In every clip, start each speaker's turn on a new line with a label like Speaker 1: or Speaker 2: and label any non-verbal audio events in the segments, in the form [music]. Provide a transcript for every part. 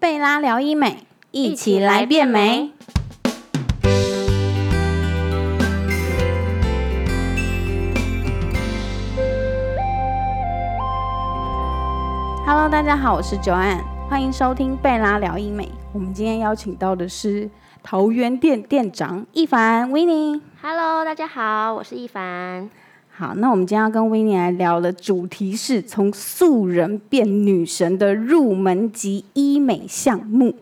Speaker 1: 贝拉聊医美，一起来变美。Hello，大家好，我是 Joanne，欢迎收听贝拉聊医美。我们今天邀请到的是桃园店店长一凡 w i n n i
Speaker 2: Hello，大家好，我是一凡。
Speaker 1: 好，那我们今天要跟维尼来聊的主题是从素人变女神的入门级医美项目。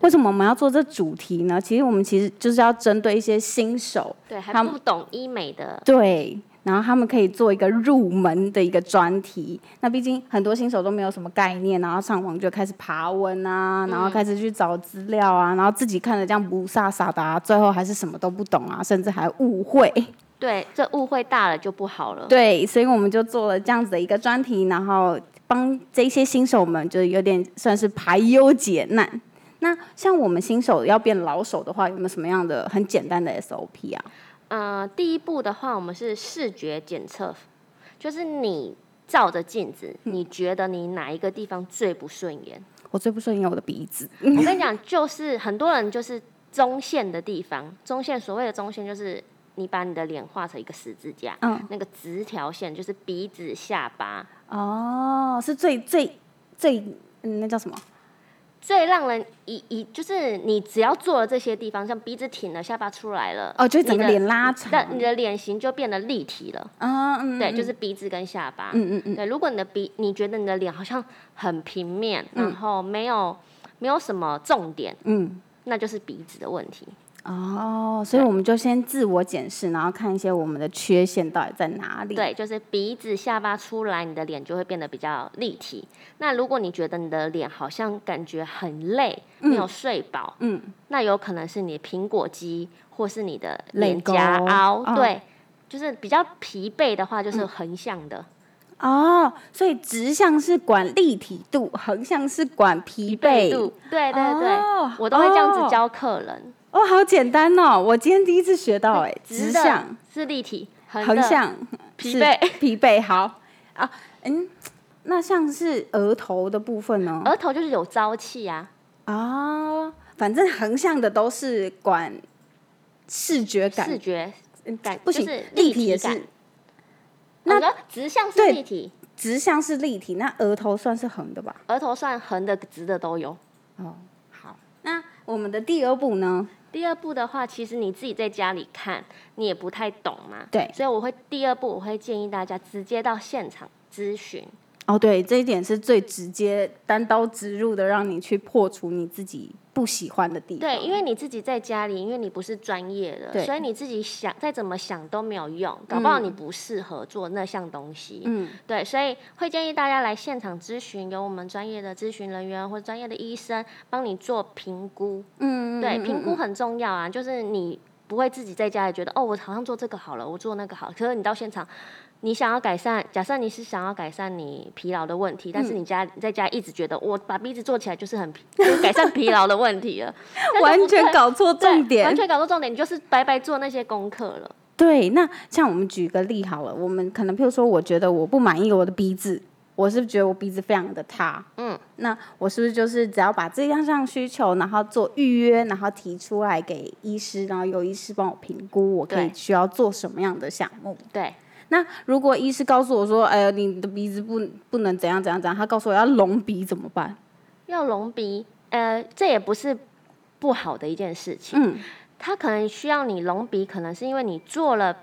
Speaker 1: 为什么我们要做这主题呢？其实我们其实就是要针对一些新手，
Speaker 2: 对，还
Speaker 1: 他
Speaker 2: 不懂医美的，
Speaker 1: 对，然后他们可以做一个入门的一个专题。那毕竟很多新手都没有什么概念，然后上网就开始爬文啊，然后开始去找资料啊，然后自己看的这样不飒飒的、啊，最后还是什么都不懂啊，甚至还误会。
Speaker 2: 对，这误会大了就不好了。
Speaker 1: 对，所以我们就做了这样子的一个专题，然后帮这些新手们，就是有点算是排忧解难。那像我们新手要变老手的话，有没有什么样的很简单的 SOP 啊？
Speaker 2: 呃，第一步的话，我们是视觉检测，就是你照着镜子，你觉得你哪一个地方最不顺 [laughs] 眼？
Speaker 1: 我最不顺眼我的鼻子，
Speaker 2: 我跟你讲，就是很多人就是中线的地方，中线所谓的中线就是你把你的脸画成一个十字架，
Speaker 1: 嗯
Speaker 2: 那个直条线就是鼻子、下巴，
Speaker 1: 哦，是最最最，嗯，那叫什么？
Speaker 2: 最让人以以就是你只要做了这些地方，像鼻子挺了，下巴出来了，
Speaker 1: 哦，就是整个
Speaker 2: 你的
Speaker 1: 脸拉长，
Speaker 2: 那你的脸型就变得立体了，
Speaker 1: 啊，嗯，
Speaker 2: 对，
Speaker 1: 嗯
Speaker 2: 就是鼻子跟下巴。
Speaker 1: 嗯嗯嗯，
Speaker 2: 对，如果你的鼻，你觉得你的脸好像很平面，然后没有没有什么重点，
Speaker 1: 嗯，
Speaker 2: 那就是鼻子的问题。
Speaker 1: 哦，所以我们就先自我检视，然后看一些我们的缺陷到底在哪里。
Speaker 2: 对，就是鼻子、下巴出来，你的脸就会变得比较立体。那如果你觉得你的脸好像感觉很累，没有睡饱，
Speaker 1: 嗯，
Speaker 2: 那有可能是你的苹果肌或是你的
Speaker 1: 泪
Speaker 2: 脸颊
Speaker 1: 沟
Speaker 2: 凹，
Speaker 1: 嗯
Speaker 2: 对，就是比较疲惫的话，就是横向的。
Speaker 1: 哦，所以直向是管立体度，横向是管疲惫
Speaker 2: 倍度，对对对，
Speaker 1: 哦
Speaker 2: 我都会这样
Speaker 1: 哦
Speaker 2: 子教客人。
Speaker 1: 哦，好简单哦！我今天第一次学到哎，直
Speaker 2: 直的
Speaker 1: 向、
Speaker 2: 是立体，横
Speaker 1: 横
Speaker 2: 的
Speaker 1: 向、
Speaker 2: 疲
Speaker 1: 是
Speaker 2: 惫、
Speaker 1: 疲惫。好啊，嗯，那像是额头的部分呢？
Speaker 2: 额头就是有朝气啊，
Speaker 1: 啊，反正横向的都是管视觉感，嗯
Speaker 2: 视觉感
Speaker 1: 不
Speaker 2: 就
Speaker 1: 行
Speaker 2: 是，
Speaker 1: 立
Speaker 2: 体
Speaker 1: 也
Speaker 2: 感
Speaker 1: 是。那
Speaker 2: 那、你说直向是
Speaker 1: 对
Speaker 2: 立体，
Speaker 1: 直向是立体，那额头算是横的吧？
Speaker 2: 额头算横的、直的都有。
Speaker 1: 哦，好，那我们的第二步呢？
Speaker 2: 第二步的话，其实你自己在家里看，你也不太懂嘛。
Speaker 1: 对
Speaker 2: 所以我会第二步，我会建议大家直接到现场咨询。
Speaker 1: 哦，对，这一点是最直接、单刀直入的，让你去破除你自己不喜欢的地方。
Speaker 2: 对，因为你自己在家里，因为你不是专业
Speaker 1: 嗯对
Speaker 2: 的，所以你自己想再怎么想都没有用，搞不好你不适合做那项东西。
Speaker 1: 嗯，
Speaker 2: 对，所以会建议大家来现场咨询，由我们专业的咨询人员或专业的医生帮你做评估。
Speaker 1: 嗯，
Speaker 2: 对，
Speaker 1: 嗯
Speaker 2: 评估很重要啊，就是你不会自己在家里觉得哦，我好像做这个好了，我做那个好，可是你到现场。你想要改善，假设你是想要改善你疲劳的问题，
Speaker 1: 嗯
Speaker 2: 但是你家你在家一直觉得我把鼻子做起来就是很疲，就是改善疲劳的问题了， [laughs] 那就
Speaker 1: 完
Speaker 2: 不对
Speaker 1: 全搞错
Speaker 2: 对
Speaker 1: 重点
Speaker 2: 完。全搞错重点，你就是白白做那些功课了。
Speaker 1: 对，那像我们举个例好了，我们可能譬如说，我觉得我不满意我的鼻子，我是觉得我鼻子非常的塌，
Speaker 2: 嗯，
Speaker 1: 那我是不是就是只要把这样项需求，然后做预约，然后提出来给医师，然后由医师帮我评估我可以
Speaker 2: 对
Speaker 1: 需要做什么样的项目？
Speaker 2: 对，
Speaker 1: 那如果医师告诉我说，哎呀，你的鼻子不不能怎样怎样怎样，他告诉我要隆鼻怎么办？
Speaker 2: 要隆鼻，呃，这也不是不好的一件事情。
Speaker 1: 嗯，
Speaker 2: 它可能需要你隆鼻，可能是因为你做了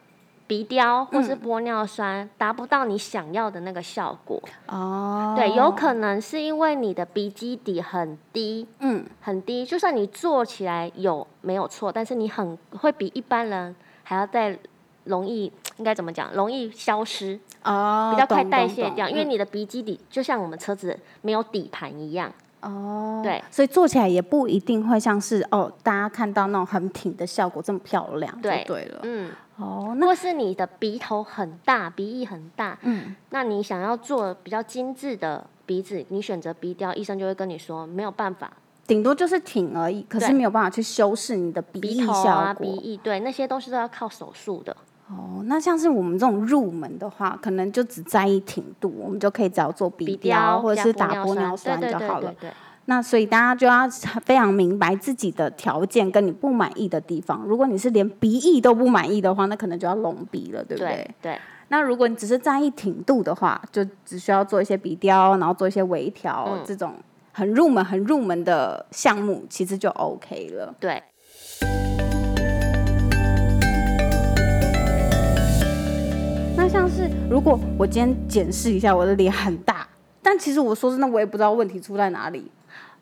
Speaker 2: 鼻雕
Speaker 1: 嗯
Speaker 2: 或是玻尿酸，达不到你想要的那个效果。
Speaker 1: 哦，
Speaker 2: 对，有可能是因为你的鼻基底很低，
Speaker 1: 嗯，
Speaker 2: 很低，就算你做起来有没有错，但是你很会比一般人还要再容易，应该怎么讲？容易消失。
Speaker 1: 哦，
Speaker 2: 比较快
Speaker 1: 懂
Speaker 2: 代
Speaker 1: 懂
Speaker 2: 谢
Speaker 1: 懂
Speaker 2: 掉，因为
Speaker 1: 嗯
Speaker 2: 你的鼻基底就像我们车子没有底盘一样，
Speaker 1: 哦，
Speaker 2: 对，
Speaker 1: 所以做起来也不一定会像是哦，大家看到那种很挺的效果这么漂亮，就
Speaker 2: 对
Speaker 1: 对啊了。
Speaker 2: 嗯，
Speaker 1: 哦，那
Speaker 2: 或是你的鼻头很大，鼻翼很大，
Speaker 1: 嗯，
Speaker 2: 那你想要做比较精致的鼻子，你选择鼻雕，医生就会跟你说没有办法，
Speaker 1: 顶多就是挺而已，可是
Speaker 2: 对
Speaker 1: 没有办法去修饰你的鼻
Speaker 2: 鼻
Speaker 1: 翼
Speaker 2: 头
Speaker 1: 效
Speaker 2: 啊、
Speaker 1: 果。
Speaker 2: 鼻翼，对，那些东西都要靠手术的。
Speaker 1: 哦，那像是我们这种入门的话，可能就只在意挺度，我们就可以只要做
Speaker 2: 鼻
Speaker 1: 雕
Speaker 2: 雕
Speaker 1: 或者是
Speaker 2: 加
Speaker 1: 打玻
Speaker 2: 尿
Speaker 1: 尿酸
Speaker 2: 对
Speaker 1: 就
Speaker 2: 对对
Speaker 1: 好
Speaker 2: 对
Speaker 1: 了。
Speaker 2: 对，
Speaker 1: 那所以大家就要非常明白自己的条件跟你不满意的地方。如果你是连鼻翼都不满意的话，那可能就要隆鼻了，对不对？
Speaker 2: 对对
Speaker 1: 那如果你只是在意挺度的话，就只需要做一些鼻雕，然后做一些微调、
Speaker 2: 嗯
Speaker 1: 这种很入门、很入门的项目，其实就 OK 了。
Speaker 2: 对，
Speaker 1: 那像是如果我今天检视一下我的脸很大，但其实我说真的，我也不知道问题出在哪里。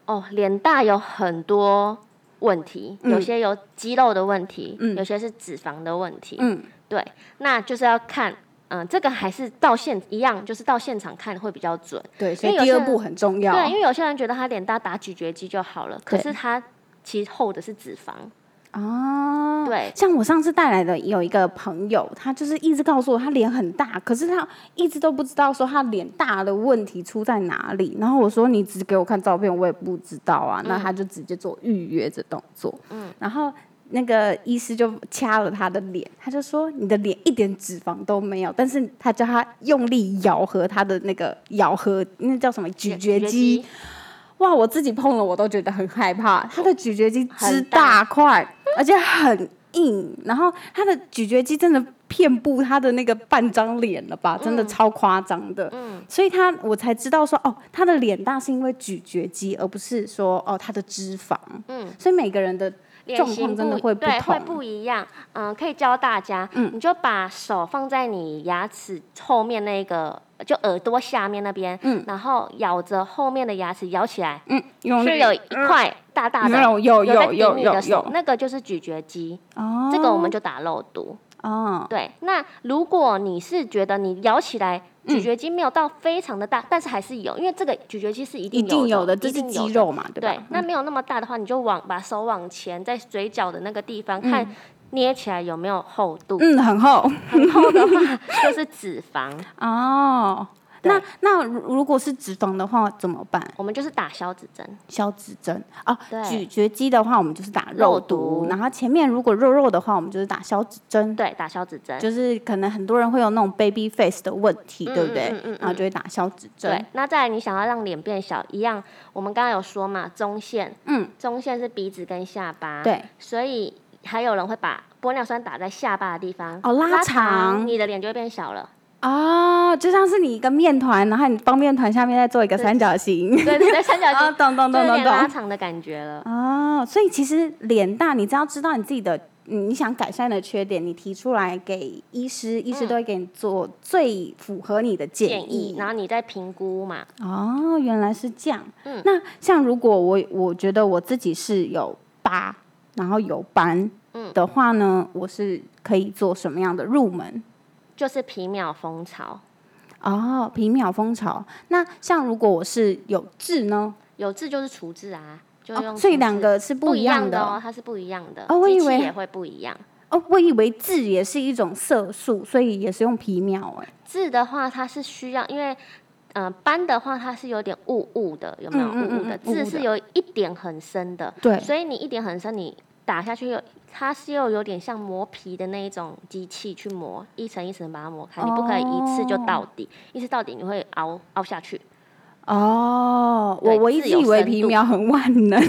Speaker 2: 哦，脸大有很多问题，
Speaker 1: 嗯
Speaker 2: 有些有肌肉的问题，
Speaker 1: 嗯
Speaker 2: 有些是脂肪的问题，
Speaker 1: 嗯，
Speaker 2: 对，那就是要看，嗯、这个还是到现一样，就是到现场看会比较准。
Speaker 1: 对，所以
Speaker 2: 因为
Speaker 1: 第
Speaker 2: 有
Speaker 1: 二
Speaker 2: 些
Speaker 1: 步很重要。
Speaker 2: 对，因为有些人觉得他脸大打咀嚼肌就好了，可
Speaker 1: 对
Speaker 2: 是他其实厚的是脂肪。
Speaker 1: 啊，
Speaker 2: 对
Speaker 1: 像我上次带来的有一个朋友，他就是一直告诉我他脸很大，可是他一直都不知道说他脸大的问题出在哪里。然后我说你只给我看照片，我也不知道啊。那他就直接做预约这动作，嗯，然后。那个医师就掐了他的脸，他就说：“你的脸一点脂肪都没有。”但是他叫他用力咬合他的那个咬合，那叫什么咀嚼肌？哇，我自己碰了我都觉得很害怕。它的咀嚼肌之大块，而且很硬，然后它的咀嚼肌真的遍布它的那个半张脸了
Speaker 2: 嗯
Speaker 1: 吧，真的超夸张的。所以它我才知道说，哦，它的脸大是因为咀嚼肌，而不是说哦它的脂肪。嗯，所以每个人的
Speaker 2: 脸
Speaker 1: 状况
Speaker 2: 型
Speaker 1: 真的
Speaker 2: 不
Speaker 1: 会不
Speaker 2: 对，会
Speaker 1: 同。嗯
Speaker 2: 不一样。嗯，可以教大家，你就把手放在你牙齿后面那个，就耳朵下面那边，然后咬着后面的牙齿咬起来，
Speaker 1: 嗯，用
Speaker 2: 是
Speaker 1: 力
Speaker 2: 有一块大大的，
Speaker 1: 有有
Speaker 2: 在
Speaker 1: 有
Speaker 2: 顶
Speaker 1: 有
Speaker 2: 你的
Speaker 1: 有
Speaker 2: 手，
Speaker 1: 有
Speaker 2: 那个就是咀嚼肌，
Speaker 1: 哦，
Speaker 2: 这个我们就打肉毒。
Speaker 1: 哦，
Speaker 2: 对，那如果你是觉得你咬起来
Speaker 1: 嗯
Speaker 2: 咀嚼肌没有到非常的大，但是还是有，因为这个咀嚼肌是一定
Speaker 1: 一定有的，这
Speaker 2: 一
Speaker 1: 是
Speaker 2: 定有
Speaker 1: 肌。肉嘛，对
Speaker 2: 对
Speaker 1: 吧，？
Speaker 2: 那没有那么大的话，你就往把手往前，在嘴角的那个地方看捏起来有没有厚度，
Speaker 1: 嗯，很厚。
Speaker 2: 很厚的
Speaker 1: [laughs]
Speaker 2: 话就是脂肪，
Speaker 1: 哦，那
Speaker 2: 对
Speaker 1: 那如如果是脂肪的话怎么办？
Speaker 2: 我们就是打消脂针。
Speaker 1: 消脂针哦
Speaker 2: 对，
Speaker 1: 咀嚼肌的话，我们就是打肉毒，
Speaker 2: 肉毒
Speaker 1: 然后前面如果肉肉的话，我们就是打消脂针。
Speaker 2: 对，打消脂针。
Speaker 1: 就是可能很多人会有那种 baby face 的问题，对不对？
Speaker 2: 嗯嗯嗯嗯
Speaker 1: 然后就会打消脂
Speaker 2: 对
Speaker 1: 针。，
Speaker 2: 那再来你想要让脸变小，一样，我们刚刚有说嘛，中线，
Speaker 1: 嗯，
Speaker 2: 中线是鼻子跟下巴，
Speaker 1: 对，
Speaker 2: 所以还有人会把玻尿酸打在下巴的地方，
Speaker 1: 哦拉长
Speaker 2: 你的脸就会变小了。
Speaker 1: 哦，就像是你一个面团，然后你方面团下面再做一个三角形，
Speaker 2: 对对对，
Speaker 1: [laughs]
Speaker 2: 三角
Speaker 1: 啊，
Speaker 2: 形，
Speaker 1: 懂懂
Speaker 2: 就
Speaker 1: 懂
Speaker 2: 有
Speaker 1: 懂
Speaker 2: 点拉
Speaker 1: 懂。
Speaker 2: 长的感觉了。
Speaker 1: 哦，所以其实脸大，你只要知道你自己的嗯你想改善的缺点，你提出来给医师，医师都会给你做最符合你的建
Speaker 2: 嗯建议，然后你再评估嘛，
Speaker 1: 哦，原来是这样。
Speaker 2: 嗯
Speaker 1: 那像如果我我觉得我自己是有疤，然后有斑，
Speaker 2: 嗯
Speaker 1: 的话呢，我是可以做什么样的入门？
Speaker 2: 就是皮秒蜂巢。
Speaker 1: 哦，皮秒蜂巢。那像如果我是有痣呢？
Speaker 2: 有痣就是除痣啊，就用、
Speaker 1: 哦，所以两个是
Speaker 2: 不
Speaker 1: 不
Speaker 2: 一
Speaker 1: 一样
Speaker 2: 样
Speaker 1: 的
Speaker 2: 的
Speaker 1: 哦。
Speaker 2: 哦，它是不一样的。
Speaker 1: 哦我以
Speaker 2: 机器
Speaker 1: 为
Speaker 2: 也会不一样。
Speaker 1: 哦我以为痣也是一种色素，所以也是用皮秒哎、
Speaker 2: 痣的话，它是需要，因为呃斑的话，它是有点雾雾的，有没有
Speaker 1: 嗯嗯
Speaker 2: 雾雾的？
Speaker 1: 嗯嗯雾雾的
Speaker 2: 痣是有一点很深的，
Speaker 1: 对
Speaker 2: 所以你一点很深，你打下去有，它是又有点像磨皮的那一种机器去磨，一层一层把它磨
Speaker 1: 哦
Speaker 2: 开，你不可以一次就到底，一次到底你会凹凹下去。
Speaker 1: 哦，我
Speaker 2: 对
Speaker 1: 我一直
Speaker 2: 痣有
Speaker 1: 以为
Speaker 2: 深
Speaker 1: 皮
Speaker 2: 度
Speaker 1: 秒很万能，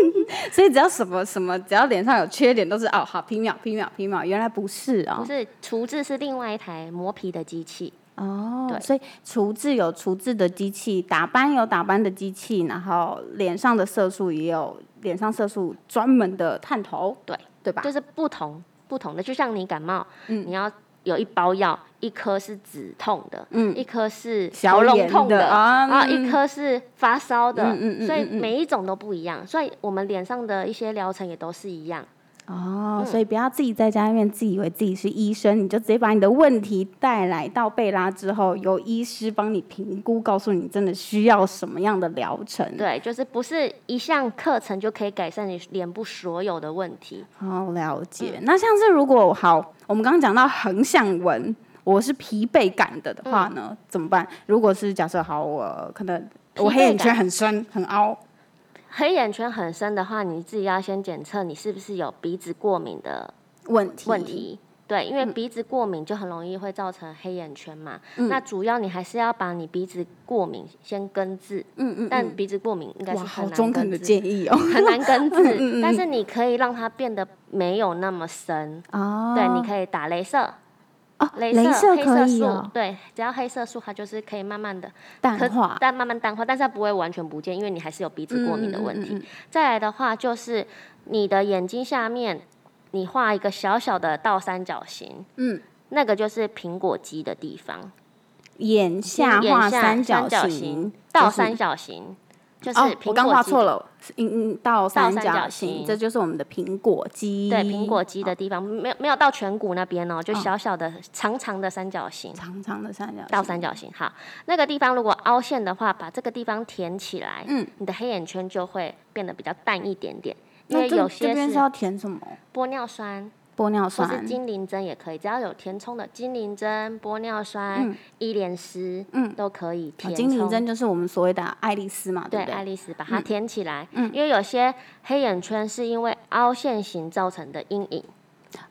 Speaker 1: [laughs] 所以只要什么什么，只要脸上有缺点，都是哦好皮秒皮秒皮秒，原来不是啊、
Speaker 2: 不是除痣是另外一台磨皮的机器，
Speaker 1: 哦
Speaker 2: 对，
Speaker 1: 所以除痣有除痣的机器，打斑有打斑的机器，然后脸上的色素也有脸上色素专门的探头，
Speaker 2: 对
Speaker 1: 对吧？嗯
Speaker 2: 就是不同不同的，就像你感冒，你要有一包药，一颗是止痛的，
Speaker 1: 嗯
Speaker 2: 一颗是
Speaker 1: 消
Speaker 2: 喉咙
Speaker 1: 炎
Speaker 2: 痛
Speaker 1: 的啊
Speaker 2: 啊，
Speaker 1: 嗯
Speaker 2: 一颗是发烧的，
Speaker 1: 嗯嗯嗯
Speaker 2: 所以
Speaker 1: 嗯嗯
Speaker 2: 每一种都不一样，所以我们脸上的一些疗程也都是一样。嗯
Speaker 1: 哦，所以不要自己在家里面自以为自己是医生，你就直接把你的问题带来到贝拉之后，由医师帮你评估，告诉你真的需要什么样的疗程。
Speaker 2: 对，就是不是一项课程就可以改善你脸部所有的问题。
Speaker 1: 好了解。嗯那像是如果好，我们刚刚讲到横向纹，我是疲惫感的的话呢，怎么办？如果是假设好，我可能
Speaker 2: 嗯惫
Speaker 1: 我黑眼
Speaker 2: 感
Speaker 1: 圈很深很凹，
Speaker 2: 黑眼圈很深的话，你自己要先检测你是不是有鼻子过敏的
Speaker 1: 问题嗯
Speaker 2: 问题。对，因为鼻子过敏就很容易会造成黑眼圈嘛。那主要你还是要把你鼻子过敏先根治，
Speaker 1: 嗯嗯，
Speaker 2: 但鼻子过敏应该是
Speaker 1: 哇，
Speaker 2: 很
Speaker 1: 好
Speaker 2: 难
Speaker 1: 中肯
Speaker 2: 根
Speaker 1: 的
Speaker 2: 治，
Speaker 1: 建议哦。
Speaker 2: 很难根
Speaker 1: 嗯
Speaker 2: 治。但是你可以让它变得没有那么深，
Speaker 1: 哦
Speaker 2: [laughs] 对，你可以打镭射，
Speaker 1: 哦，
Speaker 2: 镭
Speaker 1: 镭射
Speaker 2: 黑
Speaker 1: 可
Speaker 2: 色
Speaker 1: 以
Speaker 2: 素
Speaker 1: 哦，，
Speaker 2: 对，只要黑色素它就是可以慢慢的
Speaker 1: 淡
Speaker 2: 可
Speaker 1: 化
Speaker 2: 但慢慢淡化，但是它不会完全不见，因为你还是有鼻子过敏的问题。
Speaker 1: 嗯嗯嗯嗯
Speaker 2: 再来的话，就是你的眼睛下面，你画一个小小的倒三角形，
Speaker 1: 嗯，
Speaker 2: 那个就是苹果肌的地方，
Speaker 1: 眼下
Speaker 2: 眼
Speaker 1: 画
Speaker 2: 下
Speaker 1: 三
Speaker 2: 角
Speaker 1: 形，
Speaker 2: 倒
Speaker 1: 就是
Speaker 2: 三角形就是
Speaker 1: 哦，
Speaker 2: 苹
Speaker 1: 我刚画
Speaker 2: 果肌
Speaker 1: 错了，是嗯嗯，倒三
Speaker 2: 三
Speaker 1: 角
Speaker 2: 角
Speaker 1: 形，
Speaker 2: 形
Speaker 1: 这就是我们的苹果肌。
Speaker 2: 对苹果肌的地方，没有没有到颧骨那边哦，就小小的、长长的三角形。
Speaker 1: 长长的三角形，
Speaker 2: 倒三角形，好，那个地方如果凹陷的话，把这个地方填起来，
Speaker 1: 嗯，
Speaker 2: 你的黑眼圈就会变得比较淡一点点，因
Speaker 1: 那
Speaker 2: 为
Speaker 1: 这
Speaker 2: 有
Speaker 1: 这
Speaker 2: 些
Speaker 1: 边
Speaker 2: 是
Speaker 1: 是要填什么？
Speaker 2: 玻尿酸
Speaker 1: 玻尿
Speaker 2: 或
Speaker 1: 酸啊
Speaker 2: 是精灵针也可以，只要有填充的精灵针、玻尿酸、伊莲丝，
Speaker 1: 嗯
Speaker 2: 都可以
Speaker 1: 哦
Speaker 2: 填
Speaker 1: 精灵
Speaker 2: 充。
Speaker 1: 针就是我们所谓的爱丽丝嘛，
Speaker 2: 对，
Speaker 1: 不对？
Speaker 2: 爱
Speaker 1: 嗯
Speaker 2: 丽丝把它填起来，因为有些黑眼圈是因为凹陷型造成的阴影，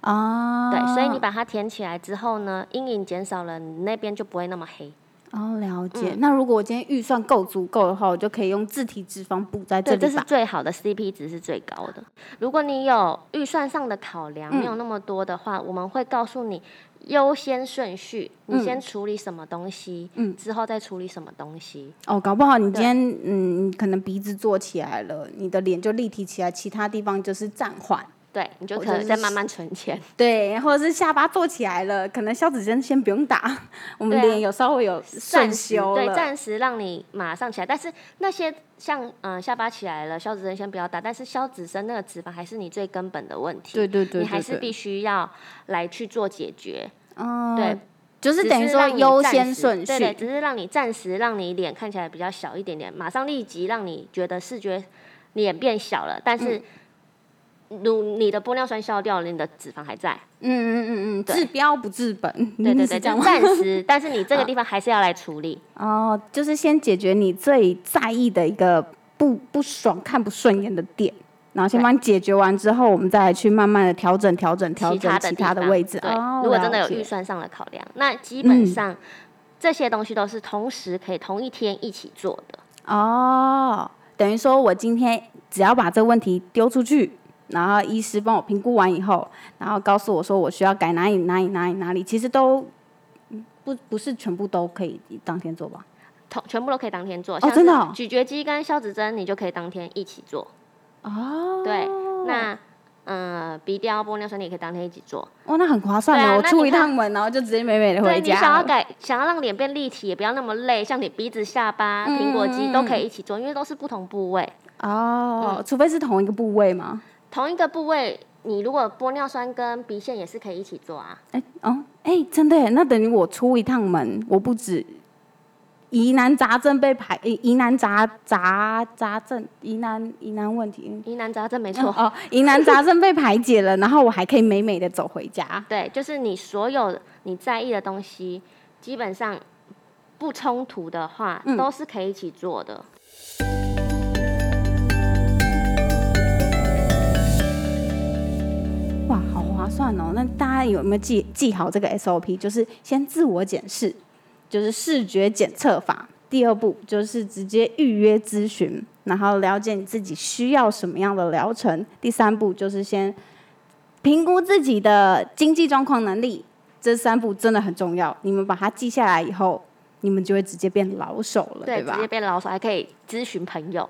Speaker 1: 啊，
Speaker 2: 对，所以你把它填起来之后呢，阴影减少了，你那边就不会那么黑。
Speaker 1: 哦了
Speaker 2: 嗯
Speaker 1: 解。那如果我今天预算够足够的话，我就可以用自体脂肪补在这
Speaker 2: 对，这
Speaker 1: 里
Speaker 2: 是
Speaker 1: 吧。
Speaker 2: 最好的 CP 值是最高的。如果你有预算上的考量，
Speaker 1: 嗯
Speaker 2: 没有那么多的话，我们会告诉你优先顺序，你
Speaker 1: 嗯
Speaker 2: 先处理什么东西，之后再处理什么东西。
Speaker 1: 哦，搞不好你今天嗯，可能鼻子做起来了，你的脸就立体起来，其他地方就是暂缓。
Speaker 2: 对你就
Speaker 1: 或
Speaker 2: 可
Speaker 1: 者
Speaker 2: 能
Speaker 1: 是
Speaker 2: 再慢慢存钱。
Speaker 1: 对，或者是下巴做起来了，可能消脂针先不用打， [laughs] 我们
Speaker 2: 对啊
Speaker 1: 脸有稍微有
Speaker 2: 暂
Speaker 1: 顺
Speaker 2: 时
Speaker 1: 修
Speaker 2: 对，
Speaker 1: 了。
Speaker 2: 暂时让你马上起来，但是那些像嗯、呃下巴起来了，消脂针先不要打，但是消脂针那个脂肪还是你最根本的问题，
Speaker 1: 对对对
Speaker 2: 你还
Speaker 1: 对
Speaker 2: 是
Speaker 1: 对
Speaker 2: 必须要来去做解决，
Speaker 1: 哦，
Speaker 2: 对，，
Speaker 1: 就是
Speaker 2: 只
Speaker 1: 等于说
Speaker 2: 让你
Speaker 1: 优
Speaker 2: 暂
Speaker 1: 先
Speaker 2: 时
Speaker 1: 顺
Speaker 2: 对对，
Speaker 1: 序。
Speaker 2: 只是让你暂时让你脸看起来比较小一点点，马上立即让你觉得视觉脸变小了，但
Speaker 1: 嗯
Speaker 2: 是。如你的玻尿酸消掉了，你的脂肪还在，
Speaker 1: 嗯嗯嗯嗯，
Speaker 2: 对
Speaker 1: 治标不治 [laughs] 本。
Speaker 2: 对对
Speaker 1: 是
Speaker 2: 对，
Speaker 1: 这样
Speaker 2: 就
Speaker 1: 吗？啊
Speaker 2: 暂时，但是你这个地方还是要来处理，
Speaker 1: 哦，就是先解决你最在意的一个不不爽、看不顺眼的点，然后先
Speaker 2: 对
Speaker 1: 帮你解决完之后，我们再来去慢慢的调整、调整、调
Speaker 2: 其
Speaker 1: 整
Speaker 2: 他的
Speaker 1: 其
Speaker 2: 地
Speaker 1: 他的
Speaker 2: 方
Speaker 1: 位置。
Speaker 2: 对，
Speaker 1: 哦
Speaker 2: 如果真的
Speaker 1: 了
Speaker 2: 有预
Speaker 1: 解嗯
Speaker 2: 算上的考量，那基本上、这些东西都是同时可以同一天一起做的。
Speaker 1: 哦，等于说我今天只要把这问题丢出去，然后医师帮我评估完以后，然后告诉我说我需要改哪里哪里哪里哪里，其实都嗯不不是全部都可以当天做吧？
Speaker 2: 同全部都可以当天做，
Speaker 1: 哦
Speaker 2: 像是
Speaker 1: 真的哦
Speaker 2: 咀嚼肌跟消脂针，你就可以当天一起做。
Speaker 1: 哦，
Speaker 2: 对，那嗯、呃鼻雕、玻尿酸你也可以当天一起做。
Speaker 1: 哇，哦那很划算
Speaker 2: 对
Speaker 1: 的，
Speaker 2: 啊
Speaker 1: 我
Speaker 2: 那
Speaker 1: 出
Speaker 2: 你
Speaker 1: 一
Speaker 2: 看
Speaker 1: 趟门，然后就直接美美的
Speaker 2: 对
Speaker 1: 回
Speaker 2: 你想
Speaker 1: 家
Speaker 2: 要
Speaker 1: 了。
Speaker 2: 改，想要让脸变立体，也不要那么累，像你鼻子、下巴、
Speaker 1: 嗯
Speaker 2: 苹果
Speaker 1: 嗯
Speaker 2: 肌都可以一起做，因为都是不同部位。
Speaker 1: 哦，除非是同一个部位吗？
Speaker 2: 同一个部位，你如果玻尿酸跟鼻线也是可以一起做啊。
Speaker 1: 哎、哦，哎、真的耶，那等于我出一趟门，我不止疑难杂症被排，疑疑难杂杂杂症，疑难疑难问题，
Speaker 2: 疑难杂症没错。
Speaker 1: 哦，疑难杂症被排解了，然后我还可以美美的走回家。
Speaker 2: 对，就是你所有你在意的东西，基本上不冲突的话，
Speaker 1: 嗯
Speaker 2: 都是可以一起做的。
Speaker 1: 哇，好划算哦！那大家有没有记记好这个 SOP？就是先自我检视，就是视觉检测法。第二步就是直接预约咨询，然后了解你自己需要什么样的疗程。第三步就是先评估自己的经济状况、能力。这三步真的很重要，你们把它记下来以后，你们就会直接变老手了，对吧？
Speaker 2: 直接变老手，还可以咨询朋友。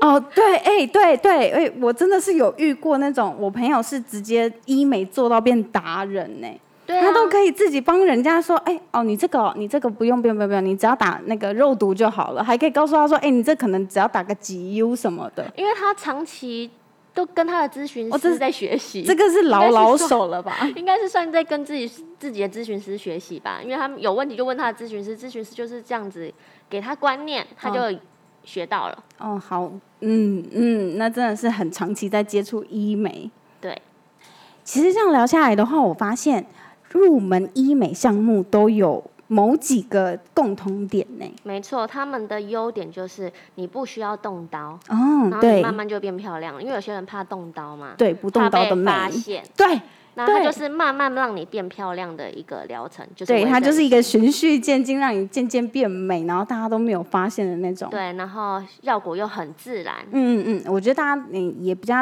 Speaker 1: 哦，对，哎、对对，哎、我真的是有遇过那种，我朋友是直接医美做到变达人呢、
Speaker 2: 对
Speaker 1: 他都可以自己帮人家说，哎、哦，你这个、哦、你这个不用不用不用不用，你只要打那个肉毒就好了，还可以告诉他说，哎、你这可能只要打个几 U 什么的，
Speaker 2: 因为他长期都跟他的咨询
Speaker 1: 哦这是
Speaker 2: 师在学习。
Speaker 1: 这个是老老手了吧？
Speaker 2: [laughs] 应该是算在跟自己自己的咨询师学习吧，因为他们有问题就问他的咨询师，咨询师就是这样子给他观念，他就学到了。
Speaker 1: 哦，好，嗯嗯，那真的是很长期在接触医美。
Speaker 2: 对，
Speaker 1: 其实这样聊下来的话，我发现入门医美项目都有某几个共同点呢、
Speaker 2: 没错，他们的优点就是你不需要动刀，
Speaker 1: 哦
Speaker 2: 然，后你
Speaker 1: 对，
Speaker 2: 慢慢就变漂亮了。因为有些人怕动刀嘛，
Speaker 1: 对，不动
Speaker 2: 怕
Speaker 1: 刀
Speaker 2: 被
Speaker 1: 的美
Speaker 2: 发。现。
Speaker 1: 对，
Speaker 2: 那它
Speaker 1: 对
Speaker 2: 就是慢慢让你变漂亮的一个疗程，就是
Speaker 1: 对，
Speaker 2: 微
Speaker 1: 它
Speaker 2: 整
Speaker 1: 就是一
Speaker 2: 形
Speaker 1: 个循序渐进，让你渐渐变美，然后大家都没有发现的那种。
Speaker 2: 对，然后效果又很自然，
Speaker 1: 嗯嗯嗯，我觉得大家嗯也比较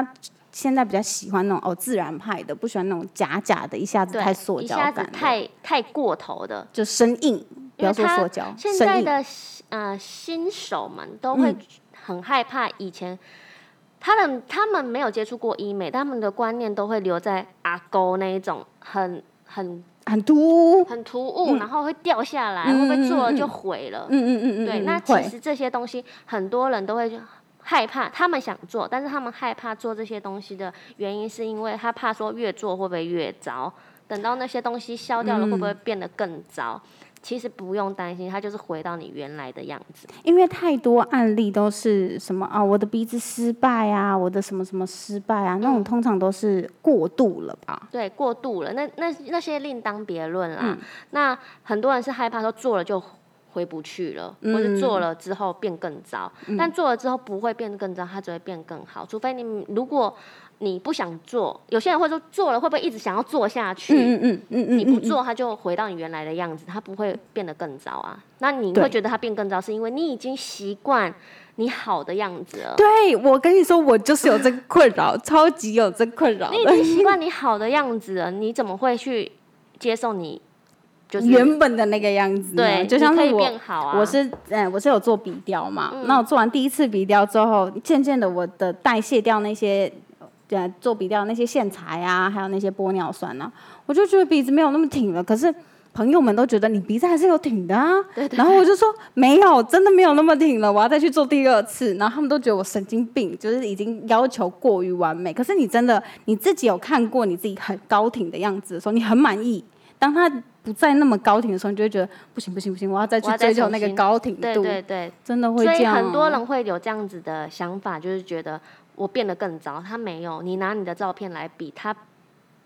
Speaker 1: 现在比较喜欢那种哦自然派的，不喜欢那种假假的，一下子
Speaker 2: 对，
Speaker 1: 太塑
Speaker 2: 一
Speaker 1: 胶
Speaker 2: 下
Speaker 1: 感
Speaker 2: 子
Speaker 1: 的，
Speaker 2: 太太过头的。
Speaker 1: 就生硬，不
Speaker 2: 因
Speaker 1: 要
Speaker 2: 为
Speaker 1: 说
Speaker 2: 它
Speaker 1: 塑胶，
Speaker 2: 现
Speaker 1: 生
Speaker 2: 在
Speaker 1: 硬
Speaker 2: 的呃新手们都会
Speaker 1: 嗯
Speaker 2: 很害怕以前。他们他们没有接触过医美，他们的观念都会留在阿沟那一种很很
Speaker 1: 很突兀。
Speaker 2: 很突兀，然后会掉下来，会不会做了就毁了？
Speaker 1: 嗯嗯嗯嗯，
Speaker 2: 对，
Speaker 1: 嗯
Speaker 2: 那其
Speaker 1: 会
Speaker 2: 实这些东西很多人都会害怕，他们想做，但是他们害怕做这些东西的原因，是因为他怕说越做会不会越糟，等到那些东西消掉了，会不
Speaker 1: 嗯
Speaker 2: 会变得更糟？其实不用担心，它就是回到你原来的样子。
Speaker 1: 因为太多案例都是什么啊，我的鼻子失败啊，我的什么什么失败啊，那
Speaker 2: 嗯
Speaker 1: 种通常都是过度了吧？
Speaker 2: 对，过度了，那那那些另当别论啦。
Speaker 1: 嗯
Speaker 2: 那很多人是害怕说做了就回不去了，或
Speaker 1: 嗯
Speaker 2: 是做了之后变更糟。但做了之后不会变更糟，它只会变更好。除非你如果你不想做，有些人会说做了会不会一直想要做下去？
Speaker 1: 嗯嗯嗯嗯
Speaker 2: 你不做，它就回到你原来的样子，它不会变得更糟啊。那你
Speaker 1: 对
Speaker 2: 会觉得它变更糟，是因为你已经习惯你好的样子了。
Speaker 1: 对，我跟你说，我就是有这个困扰，超级有这个困扰
Speaker 2: 你已
Speaker 1: 的。
Speaker 2: 经
Speaker 1: [laughs]
Speaker 2: 习惯你好的样子了，你怎么会去接受你就是
Speaker 1: 原本的那个样子呢，
Speaker 2: 对，
Speaker 1: 就像
Speaker 2: 你可以
Speaker 1: 是我
Speaker 2: 变好啊。嗯
Speaker 1: 我是嗯，我是有做鼻雕嘛，那我做完第一次鼻雕之后，渐渐的我的代谢掉那些。呃，做鼻雕那些线材啊，还有那些玻尿酸啊，我就觉得鼻子没有那么挺了。可是朋友们都觉得你鼻子还是有挺的啊。然后我就说没有，真的没有那么挺了，我要再去做第二次。然后他们都觉得我神经病，就是已经要求过于完美。可是你真的你自己有看过你自己很高挺的样子的时候，你很满意。当它不再那么高挺的时候，你就会觉得不行不行不行，我要再去
Speaker 2: 我要再
Speaker 1: 追求
Speaker 2: 重
Speaker 1: 那个
Speaker 2: 新
Speaker 1: 高挺度。
Speaker 2: 对对对，
Speaker 1: 真的会
Speaker 2: 所
Speaker 1: 这
Speaker 2: 以
Speaker 1: 样、哦
Speaker 2: 很多人会有这样子的想法，就是觉得我变得更糟。他没有，你拿你的照片来比，他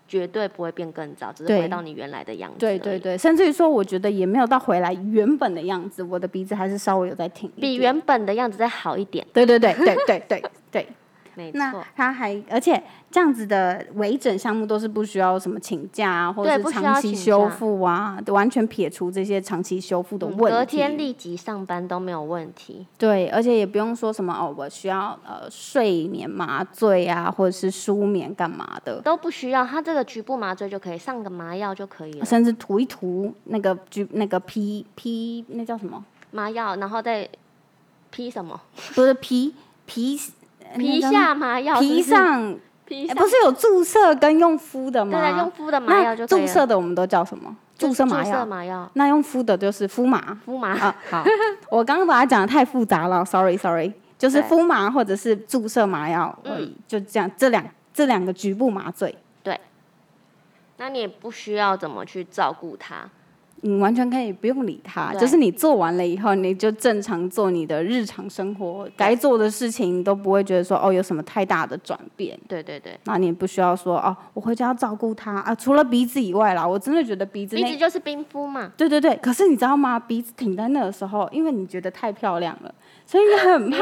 Speaker 2: 绝对不会变更糟，只是
Speaker 1: 对
Speaker 2: 回到你原来的样子。
Speaker 1: 对对。对，甚至于说，我觉得也没有到回来原本的样子，我的鼻子还是稍微有在挺一
Speaker 2: 比
Speaker 1: 点
Speaker 2: 原本的样子再好一点，
Speaker 1: 对对对对对对对。
Speaker 2: 没
Speaker 1: 那
Speaker 2: 错。
Speaker 1: 他还，而且这样子的微整项目都是不需要什么请假啊，或者
Speaker 2: 对
Speaker 1: 是
Speaker 2: 不需要
Speaker 1: 长期
Speaker 2: 请假
Speaker 1: 修复啊，完全撇除这些长期修复的问题。
Speaker 2: 嗯隔天立即上班都没有问题，
Speaker 1: 对，而且也不用说什么哦，我需要呃睡眠麻醉啊，或者是舒眠干嘛的，
Speaker 2: 都不需要。他这个局部麻醉就可以，上个麻药就可以了，
Speaker 1: 甚至涂一涂那个局那个 P P 那叫什么？
Speaker 2: 麻药，然后再披什么？
Speaker 1: 不是 P P
Speaker 2: 皮下麻药，
Speaker 1: 皮
Speaker 2: 是不是
Speaker 1: 上
Speaker 2: 皮
Speaker 1: 哎，
Speaker 2: 下
Speaker 1: 不是有注射跟用敷的吗？
Speaker 2: 对对，用敷的麻药
Speaker 1: 那
Speaker 2: 就可以
Speaker 1: 注
Speaker 2: 了。
Speaker 1: 射的我们都叫什么？
Speaker 2: 就
Speaker 1: 注射麻
Speaker 2: 注射
Speaker 1: 药。
Speaker 2: 麻药，
Speaker 1: 那用敷的就是敷麻
Speaker 2: 敷麻。 [laughs]
Speaker 1: 啊。好，我刚刚把它讲的太复杂了，sorry sorry，就是
Speaker 2: 对嗯
Speaker 1: 敷麻或者是注射麻药而已，就这样，这两这两个局部麻醉，
Speaker 2: 那你也不需要怎么去照顾它。
Speaker 1: 你完全可以不用理它，
Speaker 2: 对
Speaker 1: 就是你做完了以后，你就正常做你的日常生活该做的事情，你都不会觉得说哦有什么太大的转变。
Speaker 2: 对对对，
Speaker 1: 那你也不需要说哦，我回家要照顾它啊。除了鼻子以外啦，我真的觉得鼻子
Speaker 2: 鼻
Speaker 1: 那
Speaker 2: 子就是冰敷嘛，
Speaker 1: 对对对，可是你知道吗？鼻子挺在那的时候，因为你觉得太漂亮了，所以你很怕，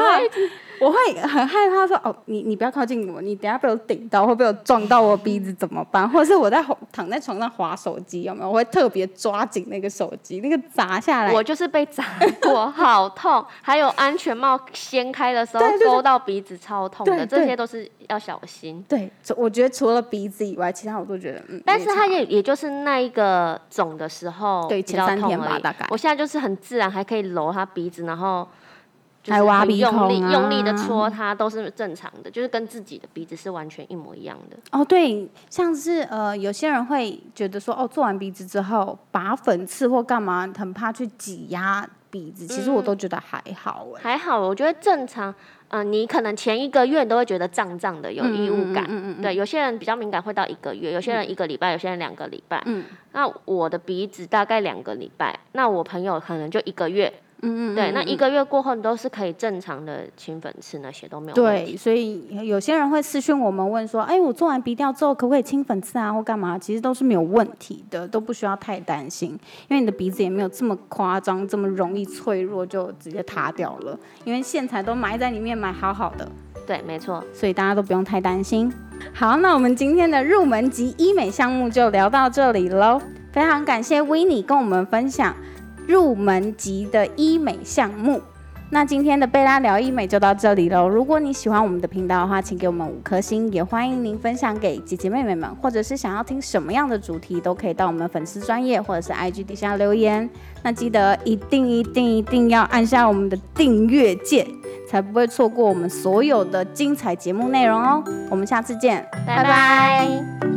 Speaker 1: 我会很害怕说哦，你你不要靠近我，你等下被我顶到，会被我撞到我鼻子怎么办？或者是我在滑躺在床上划手机，有没有？我会特别抓紧那个手机，那个砸下来，
Speaker 2: 我就是被砸过， [laughs] 好痛。还有安全帽掀开的时候
Speaker 1: 对对对
Speaker 2: 勾到鼻子，超痛
Speaker 1: 对
Speaker 2: 的，
Speaker 1: 对
Speaker 2: 这些都是要小心。
Speaker 1: 对，除我觉得除了鼻子以外，其他我都觉得嗯，
Speaker 2: 但是
Speaker 1: 没差
Speaker 2: 它也也就是那一个肿的时候，
Speaker 1: 对
Speaker 2: 比较
Speaker 1: 前三
Speaker 2: 痛
Speaker 1: 天吧
Speaker 2: 而已
Speaker 1: 大概
Speaker 2: 我现在就是很自然，还可以揉它鼻子，然后就是
Speaker 1: 还挖
Speaker 2: 很
Speaker 1: 鼻
Speaker 2: 用力
Speaker 1: 孔啊
Speaker 2: 用力的戳它，都是正常的，就是跟自己的鼻子是完全一模一样的。
Speaker 1: 哦，对，像是呃，有些人会觉得说，哦，做完鼻子之后拔粉刺或干嘛，很怕去挤压鼻子。其实
Speaker 2: 嗯
Speaker 1: 我都觉得还好哎、
Speaker 2: 还好，我觉得正常。嗯、你可能前一个月你都会觉得胀胀的，有异
Speaker 1: 嗯
Speaker 2: 物感。对，有些人比较敏感，会到一个月；有些人一个礼拜，有些人两个礼拜。嗯，那我的鼻子大概两个礼拜，那我朋友可能就一个月。嗯嗯对，那一个月过后，你都是可以正常的清粉刺那些都没有问题。
Speaker 1: 对，所以有些人会私讯我们问说，哎，我做完鼻雕之后可不可以清粉刺啊，或干嘛？其实都是没有问题的，都不需要太担心，因为你的鼻子也没有这么夸张，这么容易脆弱就直接塌掉了，因为线材都埋在里面，埋好好的，
Speaker 2: 对，没错。
Speaker 1: 所以大家都不用太担心。好，那我们今天的入门级医美项目就聊到这里喽。非常感谢 w i n n 跟我们分享入门级的医美项目。那今天的贝拉聊医美就到这里喽。如果你喜欢我们的频道的话，请给我们五颗星，也欢迎您分享给姐姐妹妹们，或者是想要听什么样的主题，都可以到我们粉丝专业或者是 IG 底下留言。那记得一定一定一定要按下我们的订阅键，才不会错过我们所有的精彩节目内容哦。我们下次见，
Speaker 2: 拜拜